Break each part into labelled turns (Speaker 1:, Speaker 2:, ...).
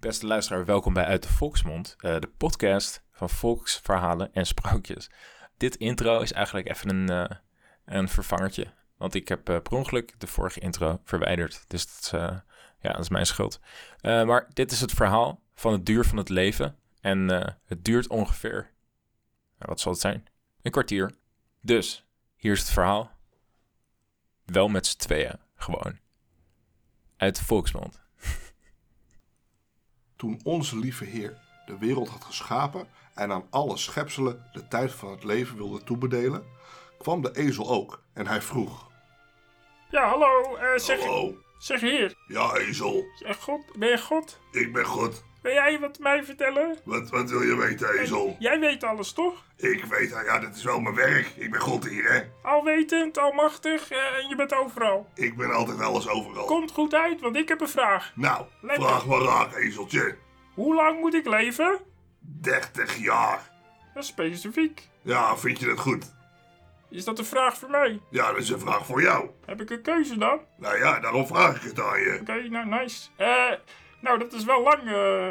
Speaker 1: Beste luisteraar, welkom bij Uit de Volksmond, eh, de podcast van volksverhalen en sprookjes. Dit intro is eigenlijk even een, eh, een vervangertje, want ik heb eh, per ongeluk de vorige intro verwijderd. Dus dat is, eh, ja, dat is mijn schuld. Eh, maar dit is het verhaal van het duur van het leven en eh, het duurt ongeveer, nou, wat zal het zijn, een kwartier. Dus, hier is het verhaal. Wel met z'n tweeën, gewoon. Uit de Volksmond.
Speaker 2: Toen onze lieve Heer de wereld had geschapen en aan alle schepselen de tijd van het leven wilde toebedelen, kwam de ezel ook en hij vroeg:
Speaker 3: Ja, hallo, eh, zeg,
Speaker 2: Hallo,
Speaker 3: zeg hier.
Speaker 2: ja ezel,
Speaker 3: Ja, God, ben je God?
Speaker 2: ik ben God.
Speaker 3: Wil jij wat mij vertellen?
Speaker 2: Wat, wat wil je weten, ezel?
Speaker 3: Jij weet alles, toch?
Speaker 2: Ik weet, ja, dat is wel mijn werk. Ik ben God hier, hè?
Speaker 3: Alwetend, almachtig eh, en je bent overal.
Speaker 2: Ik ben altijd alles overal.
Speaker 3: Komt goed uit, want ik heb een vraag.
Speaker 2: Nou,
Speaker 3: Lekker.
Speaker 2: vraag maar raak, ezeltje.
Speaker 3: Hoe lang moet ik leven?
Speaker 2: 30 jaar.
Speaker 3: Dat is specifiek.
Speaker 2: Ja, vind je dat goed?
Speaker 3: Is dat een vraag voor mij?
Speaker 2: Ja, dat is een vraag voor jou.
Speaker 3: Heb ik een keuze dan? Oké,
Speaker 2: Nou ja, daarom vraag ik het aan je.
Speaker 3: nou, nice. Eh, nou, dat is wel lang. eh.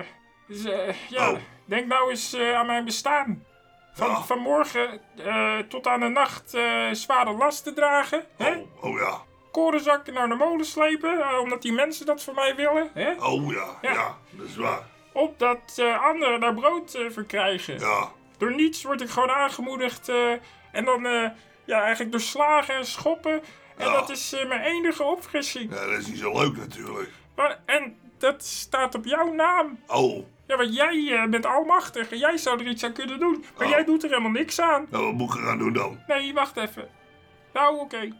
Speaker 3: dus, eh, ja,
Speaker 2: Oh.
Speaker 3: denk nou eens eh, aan mijn bestaan. Van,
Speaker 2: Ah.
Speaker 3: Vanmorgen eh, tot aan de nacht eh, zware lasten dragen. Hè?
Speaker 2: Oh, oh ja,
Speaker 3: korenzakken naar de molen slepen, eh, omdat die mensen dat van mij willen. Hè?
Speaker 2: oh ja,
Speaker 3: Ja.
Speaker 2: ja, dat is waar.
Speaker 3: Opdat eh, anderen daar brood eh, voor krijgen.
Speaker 2: Ja,
Speaker 3: Door niets word ik gewoon aangemoedigd. eh, en dan eh, ja, eigenlijk door slagen en schoppen. En
Speaker 2: Ja.
Speaker 3: dat is eh, mijn enige opfrissing.
Speaker 2: Ja, dat is niet zo leuk natuurlijk.
Speaker 3: Maar, en dat staat op jouw naam.
Speaker 2: Oh,
Speaker 3: Ja, want jij eh, bent almachtig en jij zou er iets aan kunnen doen. Maar
Speaker 2: Oh.
Speaker 3: jij doet er helemaal niks aan.
Speaker 2: nou, wat moet ik eraan doen dan?
Speaker 3: Nee, wacht even. Nou, oké.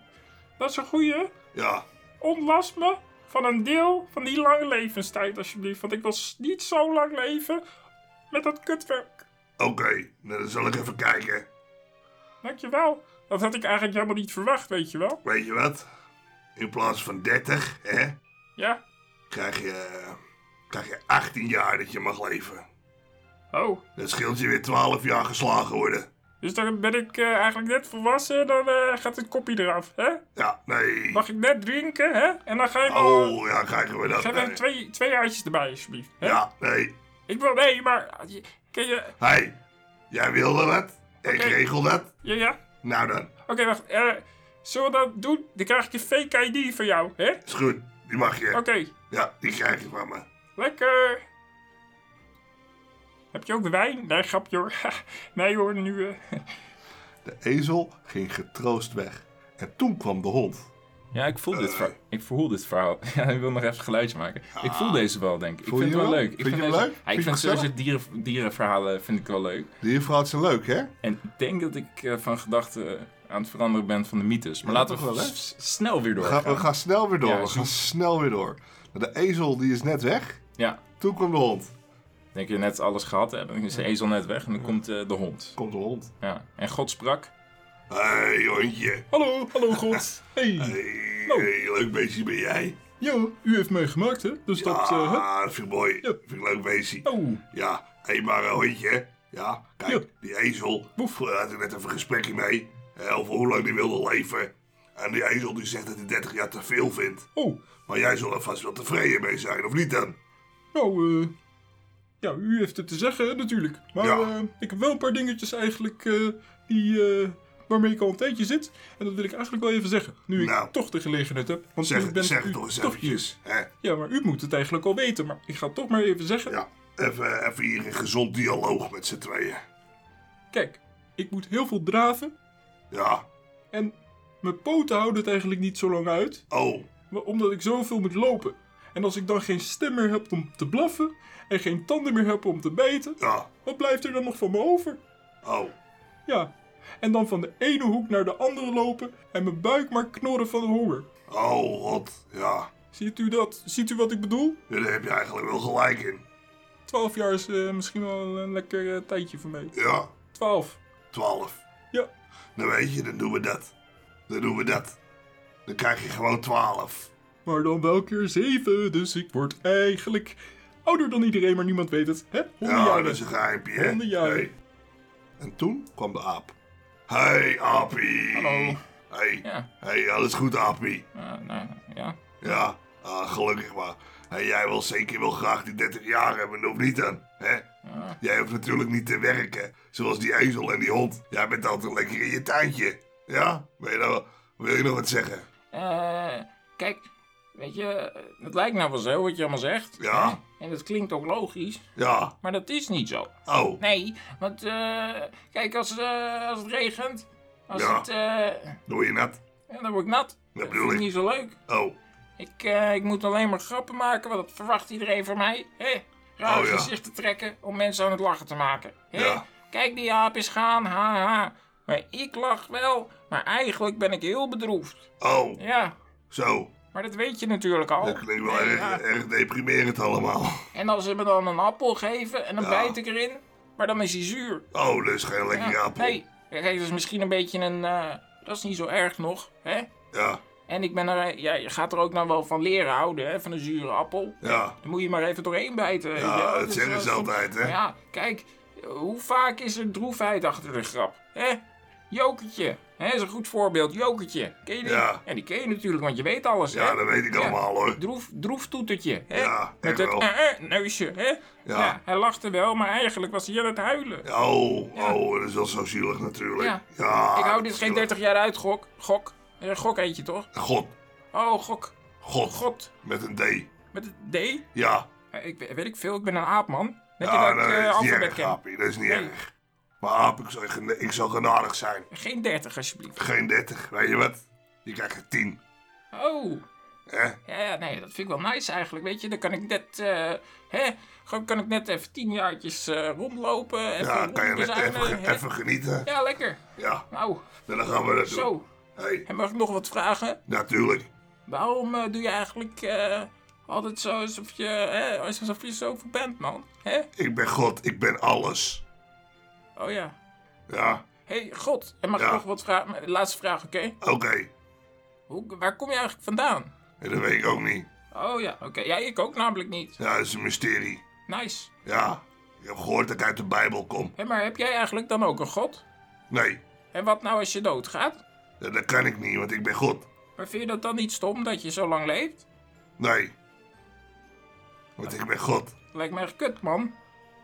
Speaker 3: Dat is een goeie.
Speaker 2: Ja,
Speaker 3: ontlast me van een deel van die lange levenstijd, alsjeblieft. Want ik wil s- niet zo lang leven met dat kutwerk.
Speaker 2: oké. Nou, dan zal ik even kijken.
Speaker 3: Dankjewel. Dat had ik eigenlijk helemaal niet verwacht, weet je wel.
Speaker 2: Weet je wat? In plaats van 30, hè,
Speaker 3: Ja.
Speaker 2: krijg je, krijg je 18 jaar dat je mag leven.
Speaker 3: Oh.
Speaker 2: Dat scheelt je weer 12 jaar geslagen worden.
Speaker 3: Dus dan ben ik eh, eigenlijk net volwassen, dan eh, gaat het kopje eraf, hè?
Speaker 2: Ja, nee.
Speaker 3: Mag ik net drinken, hè? En dan ga je maar...
Speaker 2: Oh, ja, krijgen we dat.
Speaker 3: Geef
Speaker 2: nee.
Speaker 3: hem twee, twee jaartjes erbij, alsjeblieft. Hè?
Speaker 2: Ja, nee.
Speaker 3: Ik wil... Nee, maar... je- Ken je...
Speaker 2: Hé, hey, jij wilde dat? Ik
Speaker 3: Oké.
Speaker 2: regel dat.
Speaker 3: Ja, ja.
Speaker 2: Nou dan,
Speaker 3: Oké, wacht. Eh zullen we dat doen? Dan krijg ik een fake ID van jou, hè? Oké.
Speaker 2: is goed. Die mag je. Ja, die krijg je van me.
Speaker 3: Lekker! Heb je ook wijn? Nee, grapje hoor. nee hoor, nu... eh.
Speaker 2: De ezel ging getroost weg. En toen kwam de hond.
Speaker 4: Ja, ik voel dit
Speaker 2: Eh. Ah.
Speaker 4: verhaal. Ik voel dit verhaal. Ja, ik wil nog even geluidje maken. Ik voel deze wel, denk ik.
Speaker 2: Voel
Speaker 4: ik vind
Speaker 2: je
Speaker 4: het wel
Speaker 2: wel?
Speaker 4: leuk. Ik
Speaker 2: Vind je hem
Speaker 4: deze-
Speaker 2: leuk?
Speaker 4: Ja,
Speaker 2: Vind
Speaker 4: ik
Speaker 2: je
Speaker 4: vind
Speaker 2: het
Speaker 4: sowieso dieren, dierenverhalen vind ik wel leuk.
Speaker 2: Diervrouwen zijn leuk, hè?
Speaker 4: En ik denk dat ik eh, van gedachten aan het veranderen ben van de mythes. Maar
Speaker 2: Ja,
Speaker 4: laten we
Speaker 2: toch wel, hè?
Speaker 4: s- snel weer
Speaker 2: We gaan,
Speaker 4: doorgaan.
Speaker 2: we gaan snel weer door.
Speaker 4: Ja,
Speaker 2: we
Speaker 4: zoek.
Speaker 2: gaan snel weer door. De ezel die is net weg.
Speaker 4: Ja.
Speaker 2: Toen kwam de hond.
Speaker 4: Denk je net alles gehad hebt, dan is de ezel net weg en dan komt eh, de hond.
Speaker 2: Komt de hond.
Speaker 4: Ja. En God sprak.
Speaker 2: Hé, hondje.
Speaker 4: Hallo, hallo God. Hey.
Speaker 2: Hey, hey, leuk beestje ben jij.
Speaker 4: Yo, u heeft mij gemaakt hè? Dus dat... eh, hè?
Speaker 2: Ah, dat vind ik mooi. Dat vind ik leuk beestje.
Speaker 4: Oh,
Speaker 2: Ja, hé, maar eh, hondje. Ja, kijk,
Speaker 4: Ja.
Speaker 2: die ezel.
Speaker 4: Woef.
Speaker 2: Daar had ik net even een gesprekje mee. eh, over hoe lang die wilde leven. En die ezel die zegt dat hij 30 jaar te veel vindt.
Speaker 4: oh.
Speaker 2: Maar jij zal er vast wel tevreden mee zijn, of niet dan?
Speaker 4: Nou, eh, ja, u heeft het te zeggen hè, natuurlijk. Maar
Speaker 2: Ja.
Speaker 4: eh, ik heb wel een paar dingetjes eigenlijk eh, die, eh, waarmee ik al een tijdje zit. En dat wil ik eigenlijk wel even zeggen. Nu ik
Speaker 2: Nou.
Speaker 4: toch de gelegenheid heb. Want
Speaker 2: Zeg,
Speaker 4: u bent
Speaker 2: zeg
Speaker 4: u
Speaker 2: het toch eens
Speaker 4: toch
Speaker 2: eventjes. hè?
Speaker 4: hier. Ja, maar u moet het eigenlijk al weten. Maar ik ga het toch maar even zeggen.
Speaker 2: Ja, even, even hier een gezond dialoog met z'n tweeën.
Speaker 4: Kijk, ik moet heel veel draven.
Speaker 2: Ja.
Speaker 4: En mijn poten houden het eigenlijk niet zo lang uit.
Speaker 2: Oh,
Speaker 4: Maar omdat ik zoveel moet lopen. En als ik dan geen stem meer heb om te blaffen. En geen tanden meer heb om te bijten.
Speaker 2: ja.
Speaker 4: Wat blijft er dan nog van me over?
Speaker 2: Oh,
Speaker 4: Ja, en dan van de ene hoek naar de andere lopen en mijn buik maar knorren van de honger.
Speaker 2: oh, god. Ja.
Speaker 4: Ziet u dat? Ziet u wat ik bedoel?
Speaker 2: Ja, Daar heb je eigenlijk wel gelijk in.
Speaker 4: Twaalf jaar is eh, misschien wel een lekker eh, tijdje voor mij.
Speaker 2: Ja,
Speaker 4: Twaalf.
Speaker 2: 12.
Speaker 4: Ja.
Speaker 2: Dan weet je, dan doen we dat. Dan doen we dat. Dan krijg je gewoon 12.
Speaker 4: Maar dan wel keer zeven, dus ik word eigenlijk ouder dan iedereen, maar niemand weet het. Hè? Honderd
Speaker 2: Ja,
Speaker 4: jaar.
Speaker 2: dat is een geheimpje, hè?
Speaker 4: Honderd jaren.
Speaker 2: En toen kwam de aap. Hey, aapie.
Speaker 4: Hallo.
Speaker 2: Hey.
Speaker 4: Ja,
Speaker 2: Hey, alles goed, aapie?
Speaker 4: nou ja.
Speaker 2: Ja, ah, gelukkig maar. Hé, En jij wil zeker wel graag die 30 jaar hebben, of niet dan? Hè? Jij hoeft natuurlijk niet te werken, zoals die ezel en die hond. Jij bent altijd lekker in je tuintje. Ja? Ben je nou, wil je nog wat zeggen?
Speaker 5: Eh, kijk, weet je, het lijkt nou wel zo wat je allemaal zegt.
Speaker 2: Ja.
Speaker 5: En dat klinkt ook logisch,
Speaker 2: Ja.
Speaker 5: maar dat is niet zo.
Speaker 2: Oh.
Speaker 5: Nee, want eh, kijk, als, eh, als het regent, als
Speaker 2: Ja.
Speaker 5: het, eh,
Speaker 2: Doe je nat?
Speaker 5: ja, dan word ik nat.
Speaker 2: Dat
Speaker 5: vind
Speaker 2: bedoel
Speaker 5: ik
Speaker 2: ik.
Speaker 5: niet zo leuk.
Speaker 2: Oh.
Speaker 5: Ik, eh, ik moet alleen maar grappen maken, want dat verwacht iedereen van mij. Hé, raar
Speaker 2: Oh, ja.
Speaker 5: gezichten trekken om mensen aan het lachen te maken. Hé,
Speaker 2: Ja.
Speaker 5: kijk die aap is gaan, haha. Maar ik lach wel, maar eigenlijk ben ik heel bedroefd.
Speaker 2: Oh.
Speaker 5: Ja,
Speaker 2: Zo.
Speaker 5: maar dat weet je natuurlijk al.
Speaker 2: Dat klinkt wel
Speaker 5: Nee,
Speaker 2: erg,
Speaker 5: ja.
Speaker 2: erg deprimerend allemaal.
Speaker 5: En als ze me dan een appel geven en dan
Speaker 2: Ja.
Speaker 5: bijt ik erin, maar dan is hij zuur.
Speaker 2: Oh, lust geen lekker appel.
Speaker 5: Nee, kijk, dat is misschien een beetje een. eh, dat is niet zo erg nog, hè?
Speaker 2: Ja.
Speaker 5: En ik ben er, eh, ja, je gaat er ook nou wel van leren houden, hè, van een zure appel.
Speaker 2: Ja.
Speaker 5: Dan moet je maar even doorheen bijten. weet je
Speaker 2: Ja,
Speaker 5: wel.
Speaker 2: dat
Speaker 5: Dus,
Speaker 2: zeggen
Speaker 5: eh,
Speaker 2: ze
Speaker 5: soms-
Speaker 2: altijd, hè?
Speaker 5: Ja, kijk, hoe vaak is er droefheid achter de grap? Hè? Jokertje, hè, is een goed voorbeeld. Jokertje, ken je die?
Speaker 2: Ja.
Speaker 5: die ken je natuurlijk, want je weet alles, hè?
Speaker 2: Ja, dat weet ik allemaal hoor.
Speaker 5: Droef, droeftoetertje, hè?
Speaker 2: Ja,
Speaker 5: Met
Speaker 2: echt
Speaker 5: het
Speaker 2: wel.
Speaker 5: eh, eh, neusje, hè?
Speaker 2: Ja.
Speaker 5: Hij lachte wel, maar eigenlijk was hij aan het huilen.
Speaker 2: Oh, oh, dat is wel zo zielig natuurlijk.
Speaker 5: Ja.
Speaker 2: Ja.
Speaker 5: ik hou dit
Speaker 2: dat
Speaker 5: geen
Speaker 2: is
Speaker 5: 30 jaar uit, gok. Gok. Eh, gok eentje toch?
Speaker 2: zielig. God,
Speaker 5: Oh, gok.
Speaker 2: God,
Speaker 5: God.
Speaker 2: met een D.
Speaker 5: Met een D? Eh,
Speaker 2: Ja,
Speaker 5: ik we- weet ik veel, ik ben een aapman. Denk
Speaker 2: ja
Speaker 5: je dat ik
Speaker 2: dat is
Speaker 5: eh,
Speaker 2: niet
Speaker 5: alfabet
Speaker 2: erg,
Speaker 5: ken?
Speaker 2: Aapie, dat is niet
Speaker 5: Nee.
Speaker 2: erg. Maar Aap, ik zou, gen- ik zou genadig zijn.
Speaker 5: Geen 30 alsjeblieft.
Speaker 2: Geen 30, weet je wat? Je krijgt een 10.
Speaker 5: Oh.
Speaker 2: Hè?
Speaker 5: Ja, ja, nee, dat vind ik wel nice eigenlijk, weet je. Dan kan ik net, eh, hè, gewoon kan ik net even tien jaartjes eh, rondlopen. Even
Speaker 2: Ja, kan je net
Speaker 5: rondbezuinen,
Speaker 2: even, ge-
Speaker 5: hè.
Speaker 2: even genieten.
Speaker 5: dus eh, Ja, lekker.
Speaker 2: Ja,
Speaker 5: Nou,
Speaker 2: dan gaan we dat doen.
Speaker 5: zo.
Speaker 2: Hey,
Speaker 5: En mag ik nog wat vragen?
Speaker 2: natuurlijk.
Speaker 5: Waarom eh, doe je eigenlijk eh, altijd zo alsof je, hè, alsof je zoveel bent, man? Hè?
Speaker 2: Ik ben God, ik ben alles.
Speaker 5: Oh ja.
Speaker 2: Ja,
Speaker 5: hey, God, en mag ik
Speaker 2: Ja.
Speaker 5: nog wat vragen? Laatste vraag, oké?
Speaker 2: oké.
Speaker 5: Hoe- Waar kom je eigenlijk vandaan?
Speaker 2: En Dat weet ik ook niet.
Speaker 5: Oh ja, oké. Ja, ik ook namelijk niet.
Speaker 2: Ja, dat is een mysterie.
Speaker 5: Nice.
Speaker 2: Ja, ik heb gehoord dat ik uit de Bijbel kom.
Speaker 5: Hé, maar heb jij eigenlijk dan ook een God?
Speaker 2: Nee,
Speaker 5: En wat nou als je doodgaat?
Speaker 2: dat, dat kan ik niet, want ik ben God.
Speaker 5: Maar vind je dat dan niet stom dat je zo lang leeft?
Speaker 2: Nee. Want ik ben God.
Speaker 5: Lijkt me echt kut, man.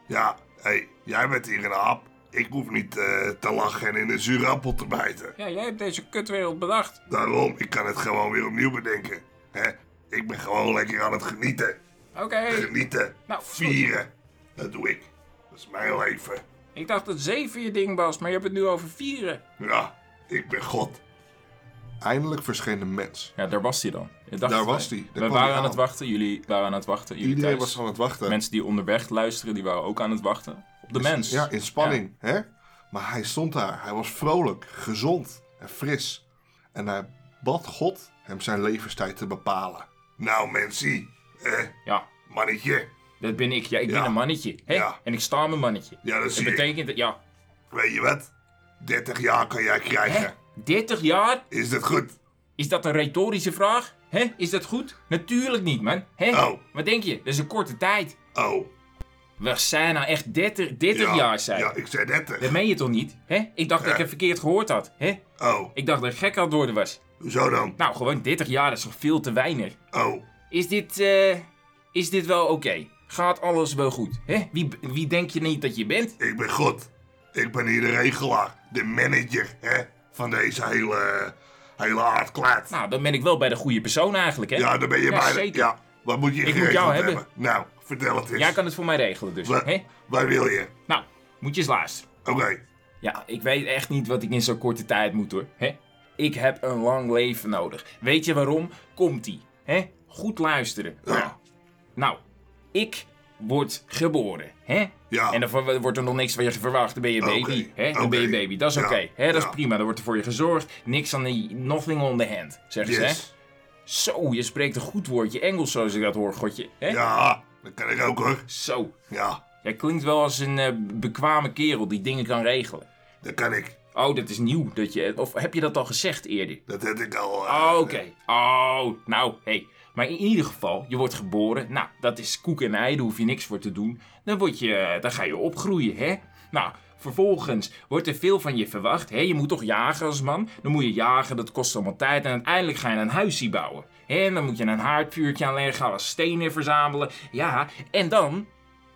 Speaker 2: Ja, hé, hey, jij bent hier een aap. Ik hoef niet eh, te lachen en in een zure appel te bijten.
Speaker 5: Ja, jij hebt deze kutwereld bedacht.
Speaker 2: Daarom, ik kan het gewoon weer opnieuw bedenken. Hè? Ik ben gewoon lekker aan het genieten.
Speaker 5: Oké.
Speaker 2: Genieten.
Speaker 5: Nou,
Speaker 2: Vieren. Dat doe ik. Dat is mijn leven.
Speaker 5: Ik dacht dat zeven je ding was, maar je hebt het nu over vieren.
Speaker 2: Ja, ik ben God. Eindelijk verscheen de mens.
Speaker 1: Ja, daar was hij dan. Ik dacht
Speaker 2: Daar
Speaker 1: het,
Speaker 2: was
Speaker 1: hè.
Speaker 2: hij. Daar
Speaker 1: We
Speaker 2: kwam
Speaker 1: waren
Speaker 2: hij
Speaker 1: aan
Speaker 2: aan.
Speaker 1: het wachten, jullie waren aan het wachten. Jullie
Speaker 2: Iedereen
Speaker 1: thuis.
Speaker 2: was aan het wachten.
Speaker 1: Mensen die onderweg luisteren, die waren ook aan het wachten. Op de mens.
Speaker 2: Ja, in spanning, hè? Maar hij stond daar. Hij was vrolijk, gezond en fris. En hij bad God hem zijn levenstijd te bepalen. Nou, mensie, eh,
Speaker 1: Ja,
Speaker 2: mannetje.
Speaker 1: dat ben ik. Ja, ik ben
Speaker 2: Ja.
Speaker 1: een mannetje. Hè?
Speaker 2: Ja.
Speaker 1: En ik sta mijn mannetje.
Speaker 2: Ja, dat
Speaker 1: Dat
Speaker 2: zie ik.
Speaker 1: betekent dat, ja.
Speaker 2: Weet je wat? 30 jaar kan jij
Speaker 1: Hè?
Speaker 2: krijgen.
Speaker 1: 30 jaar?
Speaker 2: Is dat goed?
Speaker 1: Is dat een retorische vraag? Hè? Is dat goed? Natuurlijk niet, man. Hè?
Speaker 2: Oh.
Speaker 1: Wat denk je? Dat is een korte tijd.
Speaker 2: Oh.
Speaker 1: We zijn nou echt 30, 30 jaar, zijn.
Speaker 2: Ja, ik zei 30.
Speaker 1: Dat meen je toch niet? Hè? Ik dacht dat ik
Speaker 2: Ja.
Speaker 1: het verkeerd gehoord had. Hè?
Speaker 2: Oh,
Speaker 1: Ik dacht dat ik gek aan het worden was.
Speaker 2: hoezo dan?
Speaker 1: Nou, gewoon 30 jaar is toch veel te weinig.
Speaker 2: Oh,
Speaker 1: Is dit, eh, is dit wel oké? Gaat alles wel goed? Hè? Wie, wie denk je niet dat je bent?
Speaker 2: ik ben God. Ik ben hier de regelaar, de manager, hè? Van deze hele, hele aardklaat.
Speaker 1: Nou, dan ben ik wel bij de goede persoon eigenlijk, hè?
Speaker 2: Ja, dus- daar ben je
Speaker 1: Ja,
Speaker 2: bij.
Speaker 1: zeker.
Speaker 2: Ja, wat moet je
Speaker 1: moet
Speaker 2: geregeld
Speaker 1: jou hebben.
Speaker 2: hebben? Nou, vertel het eens.
Speaker 1: Jij kan het voor mij regelen dus,
Speaker 2: Wa-
Speaker 1: hè?
Speaker 2: Waar wil je?
Speaker 1: Nou, moet je eens luisteren.
Speaker 2: Oké.
Speaker 1: Ja, ik weet echt niet wat ik in zo'n korte tijd moet hoor. Hè? Ik heb een lang leven nodig. Weet je waarom? Komt-ie. Hè? Goed luisteren.
Speaker 2: Ja.
Speaker 1: Nou, ik word geboren. Hè?
Speaker 2: Ja.
Speaker 1: En dan v- wordt er nog niks van je verwacht. Dan ben je
Speaker 2: Oké,
Speaker 1: baby. Hè? Dan ben je
Speaker 2: oké.
Speaker 1: baby. Dat is
Speaker 2: Ja,
Speaker 1: oké. Hè? Dat is
Speaker 2: ja.
Speaker 1: prima. Dan wordt er voor je gezorgd. Niks aan de nothing on the hand. Zeggen ze. Hè?
Speaker 2: Yes.
Speaker 1: Zo, je spreekt een goed woordje Engels zoals ik dat hoor, godje. Hè?
Speaker 2: Ja, dat kan ik ook hoor.
Speaker 1: Zo.
Speaker 2: Ja,
Speaker 1: Jij klinkt wel als een eh, bekwame kerel die dingen kan regelen.
Speaker 2: dat kan ik.
Speaker 1: Oh, dat is nieuw. Dat je, of heb je dat al gezegd eerder?
Speaker 2: Dat heb ik al. eh,
Speaker 1: Oh, Oké. Oh, nou, hey.
Speaker 5: Oh, Maar in ieder geval, je wordt geboren. Nou, dat is koek en ei, daar hoef je niks voor te doen. Dan, word je, eh, dan ga je opgroeien, hè? Nou, vervolgens wordt er veel van je verwacht. Hè? Je moet toch jagen als man? Dan moet je jagen, dat kost allemaal tijd. En uiteindelijk ga je een huisje bouwen. Hè? En dan moet je een haardvuurtje aanleggen, alle stenen verzamelen. Ja, en dan,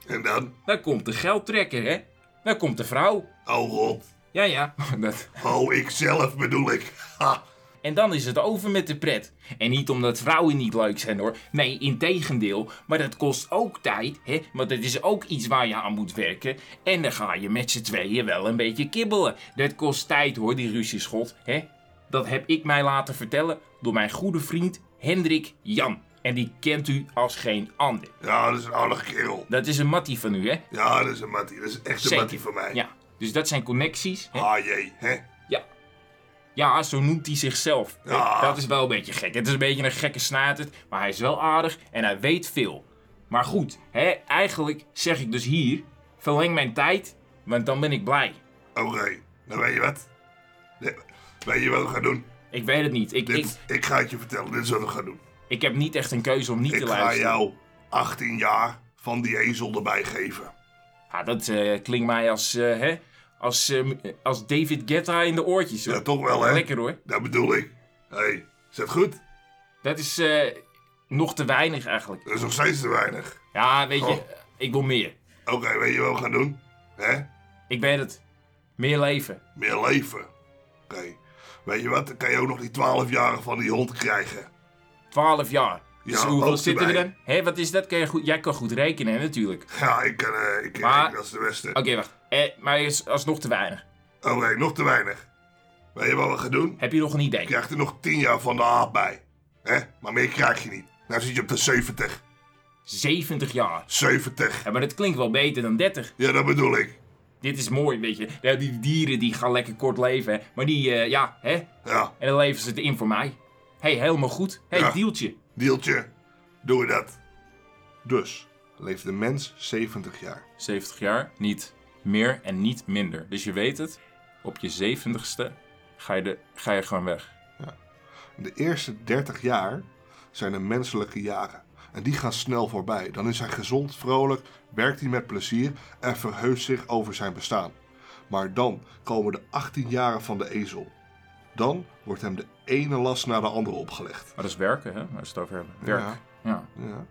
Speaker 2: En dan?
Speaker 5: dan komt de geldtrekker, hè? Dan komt de vrouw.
Speaker 2: Oh god.
Speaker 5: Ja, ja, dat...
Speaker 2: Oh, ikzelf bedoel ik. Ha.
Speaker 5: En dan is het over met de pret. En niet omdat vrouwen niet leuk zijn hoor. Nee, integendeel. Maar dat kost ook tijd, hè? Want dat is ook iets waar je aan moet werken. En dan ga je met z'n tweeën wel een beetje kibbelen. Dat kost tijd hoor, die ruzieschot, hè? Dat heb ik mij laten vertellen door mijn goede vriend Hendrik Jan. En die kent u als geen ander.
Speaker 2: Ja, dat is een aardig kerel.
Speaker 5: Dat is een mattie van u, hè?
Speaker 2: Ja, dat is een mattie. Dat is echt een
Speaker 5: Zeker.
Speaker 2: mattie voor mij.
Speaker 5: Ja. Dus dat zijn connecties. Hè?
Speaker 2: Ah jee, hè?
Speaker 5: Ja, zo noemt hij zichzelf.
Speaker 2: Ja.
Speaker 5: Dat is wel een beetje gek. Het is een beetje een gekke snaaterd, maar hij is wel aardig en hij weet veel. Maar goed, hè, eigenlijk zeg ik dus hier, verleng mijn tijd, want dan ben ik blij.
Speaker 2: Oké, dan Oh, Nou, weet je wat? Nee, Weet je wat we gaan doen?
Speaker 5: Ik weet het niet. Ik, ik,
Speaker 2: Dit, ik ga het je vertellen, dit is wat we gaan doen.
Speaker 5: ik heb niet echt een keuze om niet
Speaker 2: Ik
Speaker 5: te
Speaker 2: ga
Speaker 5: luisteren.
Speaker 2: jou 18 jaar van die ezel erbij geven.
Speaker 5: Ja, dat eh, klinkt mij als, eh, hè, als, eh, m- als David Guetta in de oortjes. Hoor.
Speaker 2: Ja, toch wel, hè?
Speaker 5: Lekker hoor.
Speaker 2: Dat bedoel ik. Hé, hey, is dat goed?
Speaker 5: Dat is eh, nog te weinig eigenlijk.
Speaker 2: Dat is nog steeds te weinig.
Speaker 5: Ja, weet je,
Speaker 2: Oh.
Speaker 5: ik wil meer.
Speaker 2: Oké, weet je wat we gaan doen? Hè?
Speaker 5: Ik weet het. Meer leven.
Speaker 2: Meer leven. Oké. Weet je wat? Dan kan je ook nog die 12 jaren van die hond krijgen.
Speaker 5: 12 jaar. Dus
Speaker 2: Ja,
Speaker 5: hoeveel
Speaker 2: ook
Speaker 5: zitten we
Speaker 2: erbij.
Speaker 5: dan? Hé, wat is dat? Kan je goed, jij kan goed rekenen, hè, natuurlijk. Oké,
Speaker 2: Ja, ik kan. eh, ik,
Speaker 5: Maar-
Speaker 2: ik- dat is de beste. Oké,
Speaker 5: wacht. Eh, maar is alsnog te weinig.
Speaker 2: Oh, nog te weinig. Weet je wat we gaan doen?
Speaker 5: Heb je nog een idee?
Speaker 2: Je krijgt er nog 10 jaar van de aap bij. Hè? Maar meer krijg je niet. Nou zit je op de 70.
Speaker 5: 70 jaar.
Speaker 2: 70.
Speaker 5: Ja, maar dat klinkt wel beter dan 30.
Speaker 2: Ja, dat bedoel ik.
Speaker 5: Dit is mooi, weet je. Ja, die dieren die gaan lekker kort leven, hè. Maar die, eh, ja, hè.
Speaker 2: Ja,
Speaker 5: En dan leven ze het in voor mij. Hé, hey, helemaal goed. Hé, hey,
Speaker 2: Ja.
Speaker 5: deeltje.
Speaker 2: deeltje. Doe je dat. Dus, leeft de mens 70 jaar.
Speaker 1: 70 jaar, niet meer en niet minder. Dus je weet het, op je 70ste ga je, de, ga je gewoon weg.
Speaker 2: De eerste 30 jaar zijn de menselijke jaren. En die gaan snel voorbij. Dan is hij gezond, vrolijk, werkt hij met plezier en verheugt zich over zijn bestaan. Maar dan komen de 18 jaren van de ezel. Dan wordt hem de ene last na de andere opgelegd.
Speaker 1: Maar dat is werken, hè? Waar we het over hebben. Werk.
Speaker 2: Ja,
Speaker 1: Ja.
Speaker 2: ja.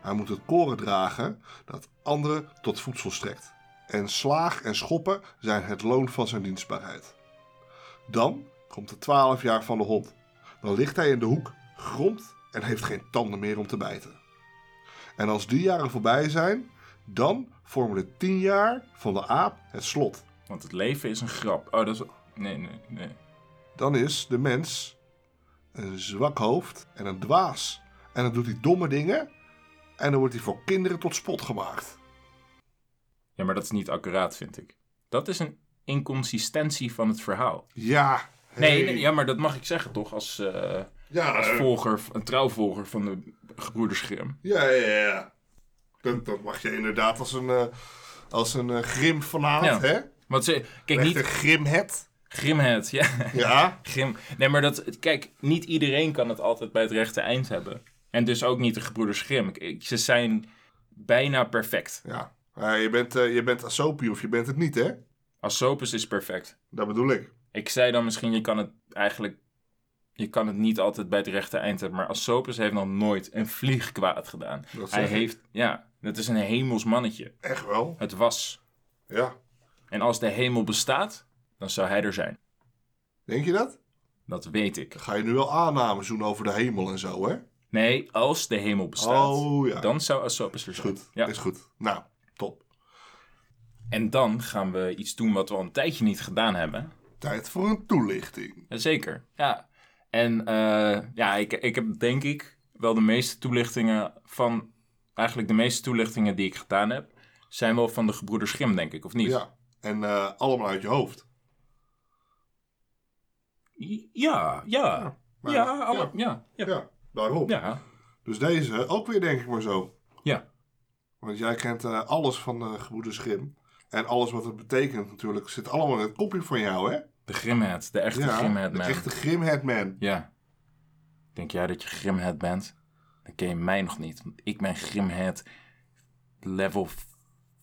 Speaker 2: Hij moet het koren dragen dat anderen tot voedsel strekt. En slaag en schoppen zijn het loon van zijn dienstbaarheid. Dan komt de 12 jaar van de hond. Dan ligt hij in de hoek, gromt en heeft geen tanden meer om te bijten. En als die jaren voorbij zijn, dan vormen de 10 jaar van de aap het slot.
Speaker 1: Want het leven is een grap. Oh, dat is... Nee, nee, nee.
Speaker 2: Dan is de mens een zwak hoofd en een dwaas. En dan doet hij domme dingen en dan wordt hij voor kinderen tot spot gemaakt.
Speaker 1: Ja, maar dat is niet accuraat, vind ik. Dat is een inconsistentie van het verhaal.
Speaker 2: Ja.
Speaker 1: Nee, nee, ja, maar dat mag ik zeggen toch, als, eh,
Speaker 2: Ja,
Speaker 1: als
Speaker 2: eh,
Speaker 1: volger, een trouwvolger van de gebroeders Grimm.
Speaker 2: ja, ja, ja, ja. Dat, dat mag je inderdaad als een, eh, als een eh, grim vanavond,
Speaker 1: Ja.
Speaker 2: hè?
Speaker 1: Want ze, kijk,
Speaker 2: Echt een
Speaker 1: niet
Speaker 2: grimhet.
Speaker 1: Grimhead, ja.
Speaker 2: Ja.
Speaker 1: Grim. Nee, maar dat, kijk, niet iedereen kan het altijd bij het rechte eind hebben. En dus ook niet de gebroeders Grimm. Ik- Ze zijn bijna perfect.
Speaker 2: Ja. Eh, je, bent, eh, je bent Asopie of je bent het niet, hè?
Speaker 1: Asopus is perfect.
Speaker 2: Dat bedoel ik.
Speaker 1: Ik zei dan misschien, je kan het eigenlijk... Je kan het niet altijd bij het rechte eind hebben. Maar Asopus heeft nog nooit een vlieg kwaad gedaan.
Speaker 2: Dat zeg
Speaker 1: Hij
Speaker 2: ik.
Speaker 1: heeft... Ja, dat is een hemels mannetje.
Speaker 2: Echt wel.
Speaker 1: Het was.
Speaker 2: Ja.
Speaker 1: En als de hemel bestaat, dan zou hij er zijn.
Speaker 2: Denk je dat?
Speaker 1: Dat weet ik.
Speaker 2: Dan ga je nu wel aannames doen over de hemel en zo, hè?
Speaker 1: Nee, als de hemel bestaat,
Speaker 2: Oh, ja.
Speaker 1: dan zou Asopus er
Speaker 2: Is
Speaker 1: zijn.
Speaker 2: goed.
Speaker 1: Ja.
Speaker 2: Is goed. Nou, top.
Speaker 1: En dan gaan we iets doen wat we al een tijdje niet gedaan hebben.
Speaker 2: Tijd voor een toelichting.
Speaker 1: Zeker, ja. En eh, ja, ik, ik heb denk ik wel de meeste toelichtingen van... Eigenlijk de meeste toelichtingen die ik gedaan heb, zijn wel van de gebroeders Grimm, denk ik, of niet?
Speaker 2: Ja. En eh, allemaal uit je hoofd.
Speaker 1: ja, ja.
Speaker 2: maar-
Speaker 1: Ja, alle- ja, ja,
Speaker 2: Ja, daarom.
Speaker 1: ja.
Speaker 2: Dus deze ook weer, denk ik maar zo.
Speaker 1: Ja.
Speaker 2: Want jij kent eh, alles van de gebroeders Grimm. En alles wat het betekent natuurlijk zit allemaal in het kopje van jou, hè?
Speaker 1: De Grimhead, de echte Grimhead,
Speaker 2: de
Speaker 1: man.
Speaker 2: echte Grimhead Man.
Speaker 1: Ja. Denk jij dat je Grimhead bent?
Speaker 5: Dan ken je mij nog niet. want Ik ben Grimhead level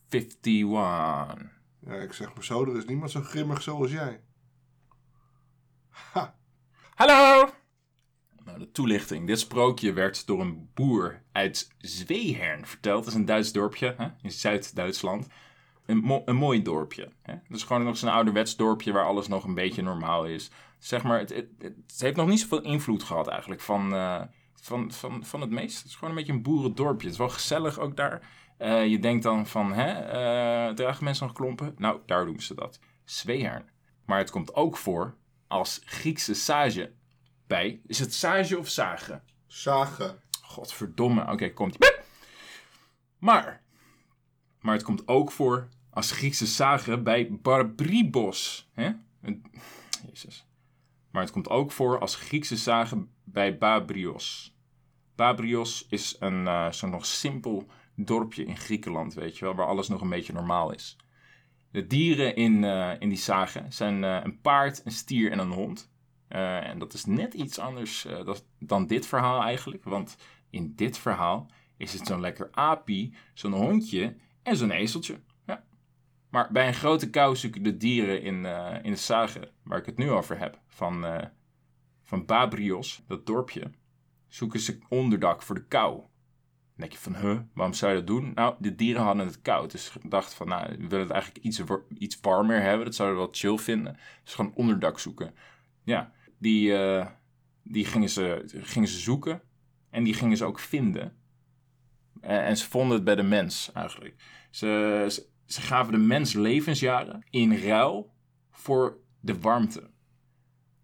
Speaker 5: 51.
Speaker 2: Ja, ik zeg maar zo, er is niemand zo grimmig zoals jij. Ha,
Speaker 5: Hallo! Nou, de toelichting. Dit sprookje werd door een boer uit Zweehern verteld. Dat is een Duits dorpje hè? in Zuid-Duitsland. Een, mo- een mooi dorpje. Hè? Dus gewoon nog zo'n ouderwets dorpje waar alles nog een beetje normaal is. Zeg maar, het, het, het heeft nog niet zoveel invloed gehad eigenlijk van, eh, van, van, van het meest. Het is gewoon een beetje een boerendorpje. Het is wel gezellig ook daar. Eh, je denkt dan van, hè, eh, dragen mensen nog klompen? Nou, daar doen ze dat. Zweehern. Maar het komt ook voor als Griekse sage bij. Is het sage of zagen?
Speaker 2: zagen.
Speaker 5: Godverdomme. Oké, komt ie. Maar. Maar het komt ook voor als Griekse zagen bij Barbribos. Hè? Een- Jezus. Maar het komt ook voor als Griekse zagen bij Babrios. Babrios is een eh, zo'n nog simpel dorpje in Griekenland, weet je wel, waar alles nog een beetje normaal is. De dieren in, eh, in die zagen zijn eh, een paard, een stier en een hond. Eh, en dat is net iets anders eh, dat- dan dit verhaal eigenlijk. Want in dit verhaal is het zo'n lekker apie, zo'n hondje en zo'n ezeltje. Ja. Maar bij een grote kou zoeken de dieren in, eh, in de zagen, waar ik het nu over heb, van, eh, van Babrios, dat dorpje, zoeken ze onderdak voor de kou. Dan denk je van, huh, waarom zou je dat doen? Nou, de dieren hadden het koud. Dus ik dacht van, nou, we willen het eigenlijk iets, wa- iets warmer hebben. Dat zouden we wel chill vinden. Dus gewoon onderdak zoeken. Ja, die, eh, die gingen, ze, gingen ze zoeken en die gingen ze ook vinden. En, en ze vonden het bij de mens eigenlijk. Ze, ze, ze gaven de mens levensjaren in ruil voor de warmte.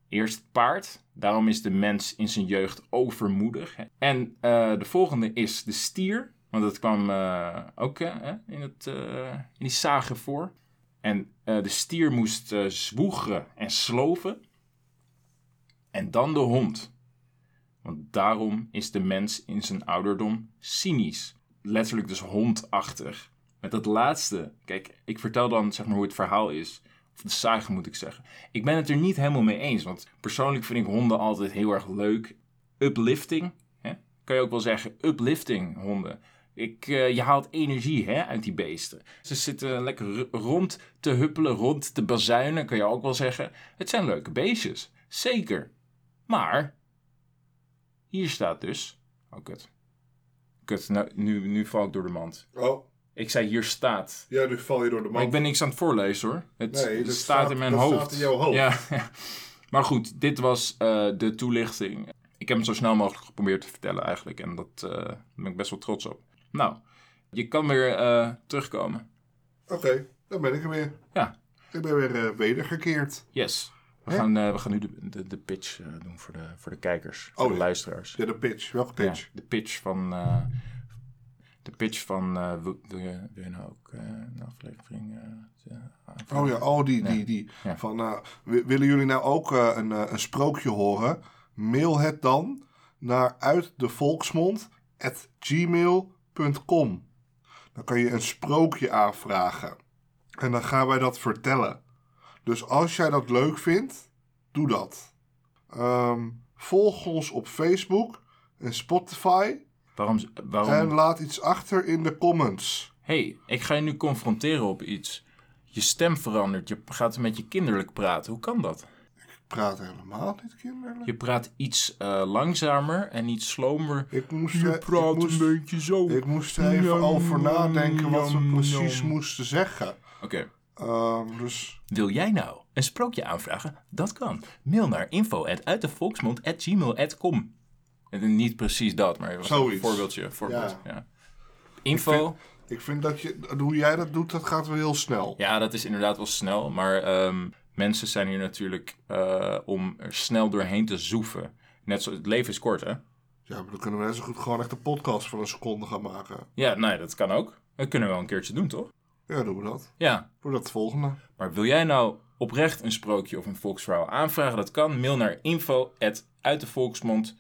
Speaker 5: Eerst het paard, daarom is de mens in zijn jeugd overmoedig. hè. En eh, de volgende is de stier, want dat kwam eh, ook eh, hè, in, het, eh, in die zagen voor. En eh, de stier moest eh zwoegeren en sloven. En dan de hond. Want daarom is de mens in zijn ouderdom cynisch. Letterlijk dus hondachtig. Met dat laatste. Kijk, ik vertel dan zeg maar hoe het verhaal is. Of de sage moet ik zeggen. Ik ben het er niet helemaal mee eens. Want persoonlijk vind ik honden altijd heel erg leuk. Uplifting. Hè? Kan je ook wel zeggen. Uplifting honden. Ik, eh, je haalt energie hè, uit die beesten. Ze zitten lekker ru- rond te huppelen, rond te bazuinen, kan je ook wel zeggen. Het zijn leuke beestjes. Zeker. Maar hier staat dus. Oh, kut. Kut, nou, nu, nu val ik door de mand.
Speaker 2: Oh,
Speaker 5: Ik zei hier staat.
Speaker 2: ja, nu val je door de
Speaker 5: Maar
Speaker 2: man.
Speaker 5: ik ben niks aan het voorlezen hoor. Het,
Speaker 2: Nee,
Speaker 5: het
Speaker 2: dat
Speaker 5: staat,
Speaker 2: staat-
Speaker 5: in mijn
Speaker 2: dat
Speaker 5: hoofd.
Speaker 2: staat in jouw hoofd.
Speaker 5: Ja. Maar goed, dit was eh, de toelichting. Ik heb hem zo snel mogelijk geprobeerd te vertellen eigenlijk. En dat, eh, daar ben ik best wel trots op. Nou, je kan weer eh, terugkomen.
Speaker 2: Oké, dan ben ik er weer.
Speaker 5: Ja,
Speaker 2: Ik ben weer eh, wedergekeerd.
Speaker 5: yes. We
Speaker 2: Hè?
Speaker 5: gaan, eh, we gaan nu de, de, de pitch eh, doen voor de, voor de kijkers, voor
Speaker 2: Oh,
Speaker 5: de
Speaker 2: ja.
Speaker 5: luisteraars.
Speaker 2: Ja, de pitch. Welke pitch?
Speaker 5: Ja, de pitch van. eh, de pitch van. eh, wil, wil je, wil je nou ook eh, een aflevering. eh, aanvullen?
Speaker 2: Oh ja, oh die, die, die.
Speaker 5: Ja.
Speaker 2: Van, eh, wi- willen jullie nou ook eh, een, eh, een sprookje horen? Mail het dan naar uitdevolksmond.gmail.com. Dan kan je een sprookje aanvragen. En dan gaan wij dat vertellen. Dus als jij dat leuk vindt, doe dat. Ehm, volg ons op Facebook en Spotify.
Speaker 5: Waarom. z- waarom...
Speaker 2: En laat iets achter in de comments.
Speaker 5: hey, ik ga je nu confronteren op iets. Je stem verandert. Je gaat met je kinderlijk praten. Hoe kan dat?
Speaker 2: Ik praat helemaal niet kinderlijk.
Speaker 5: Je praat iets eh, langzamer en iets slomer.
Speaker 2: Ik moest,
Speaker 5: Je
Speaker 2: eh,
Speaker 5: praat
Speaker 2: ik moest,
Speaker 5: een beetje zo. Oké.
Speaker 2: Ik moest er even
Speaker 5: Jam,
Speaker 2: over nadenken wat we
Speaker 5: jam,
Speaker 2: precies
Speaker 5: jam.
Speaker 2: moesten zeggen. Ehm, dus
Speaker 5: Wil jij nou een sprookje aanvragen? Dat kan. Mail naar info.uitdevolksmond.gmail.com En Niet precies dat, maar even een
Speaker 2: Zoiets.
Speaker 5: voorbeeldje. een voorbeeld,
Speaker 2: Ja.
Speaker 5: ja. Info,
Speaker 2: ik vind dat je, hoe jij dat doet, dat gaat wel heel snel.
Speaker 5: ja, dat is inderdaad wel snel, maar ehm, mensen zijn hier natuurlijk eh, om er snel doorheen te zoeven. Net zo, het leven is kort, hè?
Speaker 2: Ja, maar dan kunnen we net zo goed gewoon echt een podcast van een seconde gaan maken.
Speaker 5: Ja, nee, dat kan ook. Dat kunnen we wel een keertje doen, toch?
Speaker 2: Ja, doen we dat.
Speaker 5: Ja,
Speaker 2: Voor dat volgende.
Speaker 5: Maar wil jij nou oprecht een sprookje of een volksverhaal aanvragen? Dat kan. Mail naar info at uit de volksmond.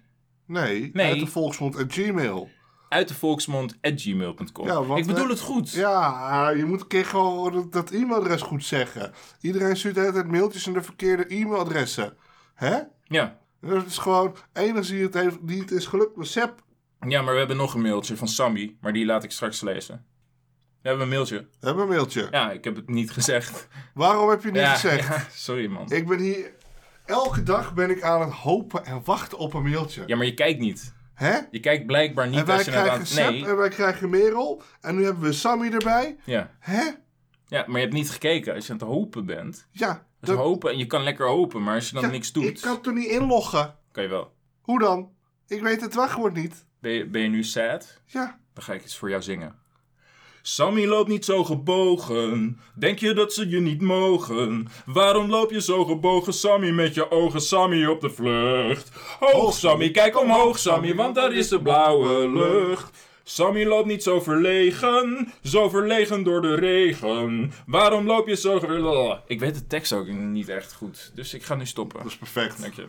Speaker 2: Nee,
Speaker 5: Nee.
Speaker 2: uit de volksmond en Gmail.
Speaker 5: Uit de volksmond at gmail.com.
Speaker 2: Ja, want
Speaker 5: ik bedoel
Speaker 2: we-
Speaker 5: het goed.
Speaker 2: Ja, eh, je moet een keer gewoon dat, dat e-mailadres goed zeggen. Iedereen stuurt de hele tijd mailtjes naar de verkeerde e-mailadressen. Hè?
Speaker 5: Ja.
Speaker 2: Dat is gewoon, enige die het, heeft, die het is gelukt was Sepp.
Speaker 3: Ja, maar we hebben nog een mailtje van Sammy, maar die laat ik straks lezen. We hebben een mailtje.
Speaker 2: We hebben een mailtje.
Speaker 3: Ja, ik heb het niet gezegd.
Speaker 2: Waarom heb je niet
Speaker 3: ja,
Speaker 2: gezegd?
Speaker 3: ja, sorry man.
Speaker 2: Ik ben hier... Elke dag ben ik aan het hopen en wachten op een mailtje.
Speaker 3: Ja, maar je kijkt niet.
Speaker 2: Hè?
Speaker 3: Je kijkt blijkbaar niet
Speaker 2: En wij
Speaker 3: als je het aan...
Speaker 2: krijgen Sepp
Speaker 3: Nee,
Speaker 2: en wij krijgen Merel. En nu hebben we Sammy erbij.
Speaker 3: ja.
Speaker 2: Hè?
Speaker 3: ja, maar je hebt niet gekeken. Als je aan het hopen bent...
Speaker 2: Ja.
Speaker 3: Dus hopen, en je kan lekker hopen, maar als je dan
Speaker 2: ja,
Speaker 3: niks doet...
Speaker 2: Ik kan toch niet inloggen?
Speaker 3: Kan je wel.
Speaker 2: Hoe dan? Ik weet het wachtwoord niet.
Speaker 3: Ben je, ben je nu sad?
Speaker 2: Ja.
Speaker 3: Dan ga ik iets voor jou zingen. Sammy loopt niet zo gebogen. Denk je dat ze je niet mogen? Waarom loop je zo gebogen, Sammy, met je ogen, Sammy op de vlucht? Hoog, Sammy, kijk omhoog, Sammy, want daar is de blauwe lucht. Sammy loopt niet zo verlegen, zo verlegen door de regen. Waarom loop je zo verlegen? Ik weet de tekst ook niet echt goed, dus ik ga nu stoppen.
Speaker 2: Dat is perfect.
Speaker 3: Dank je.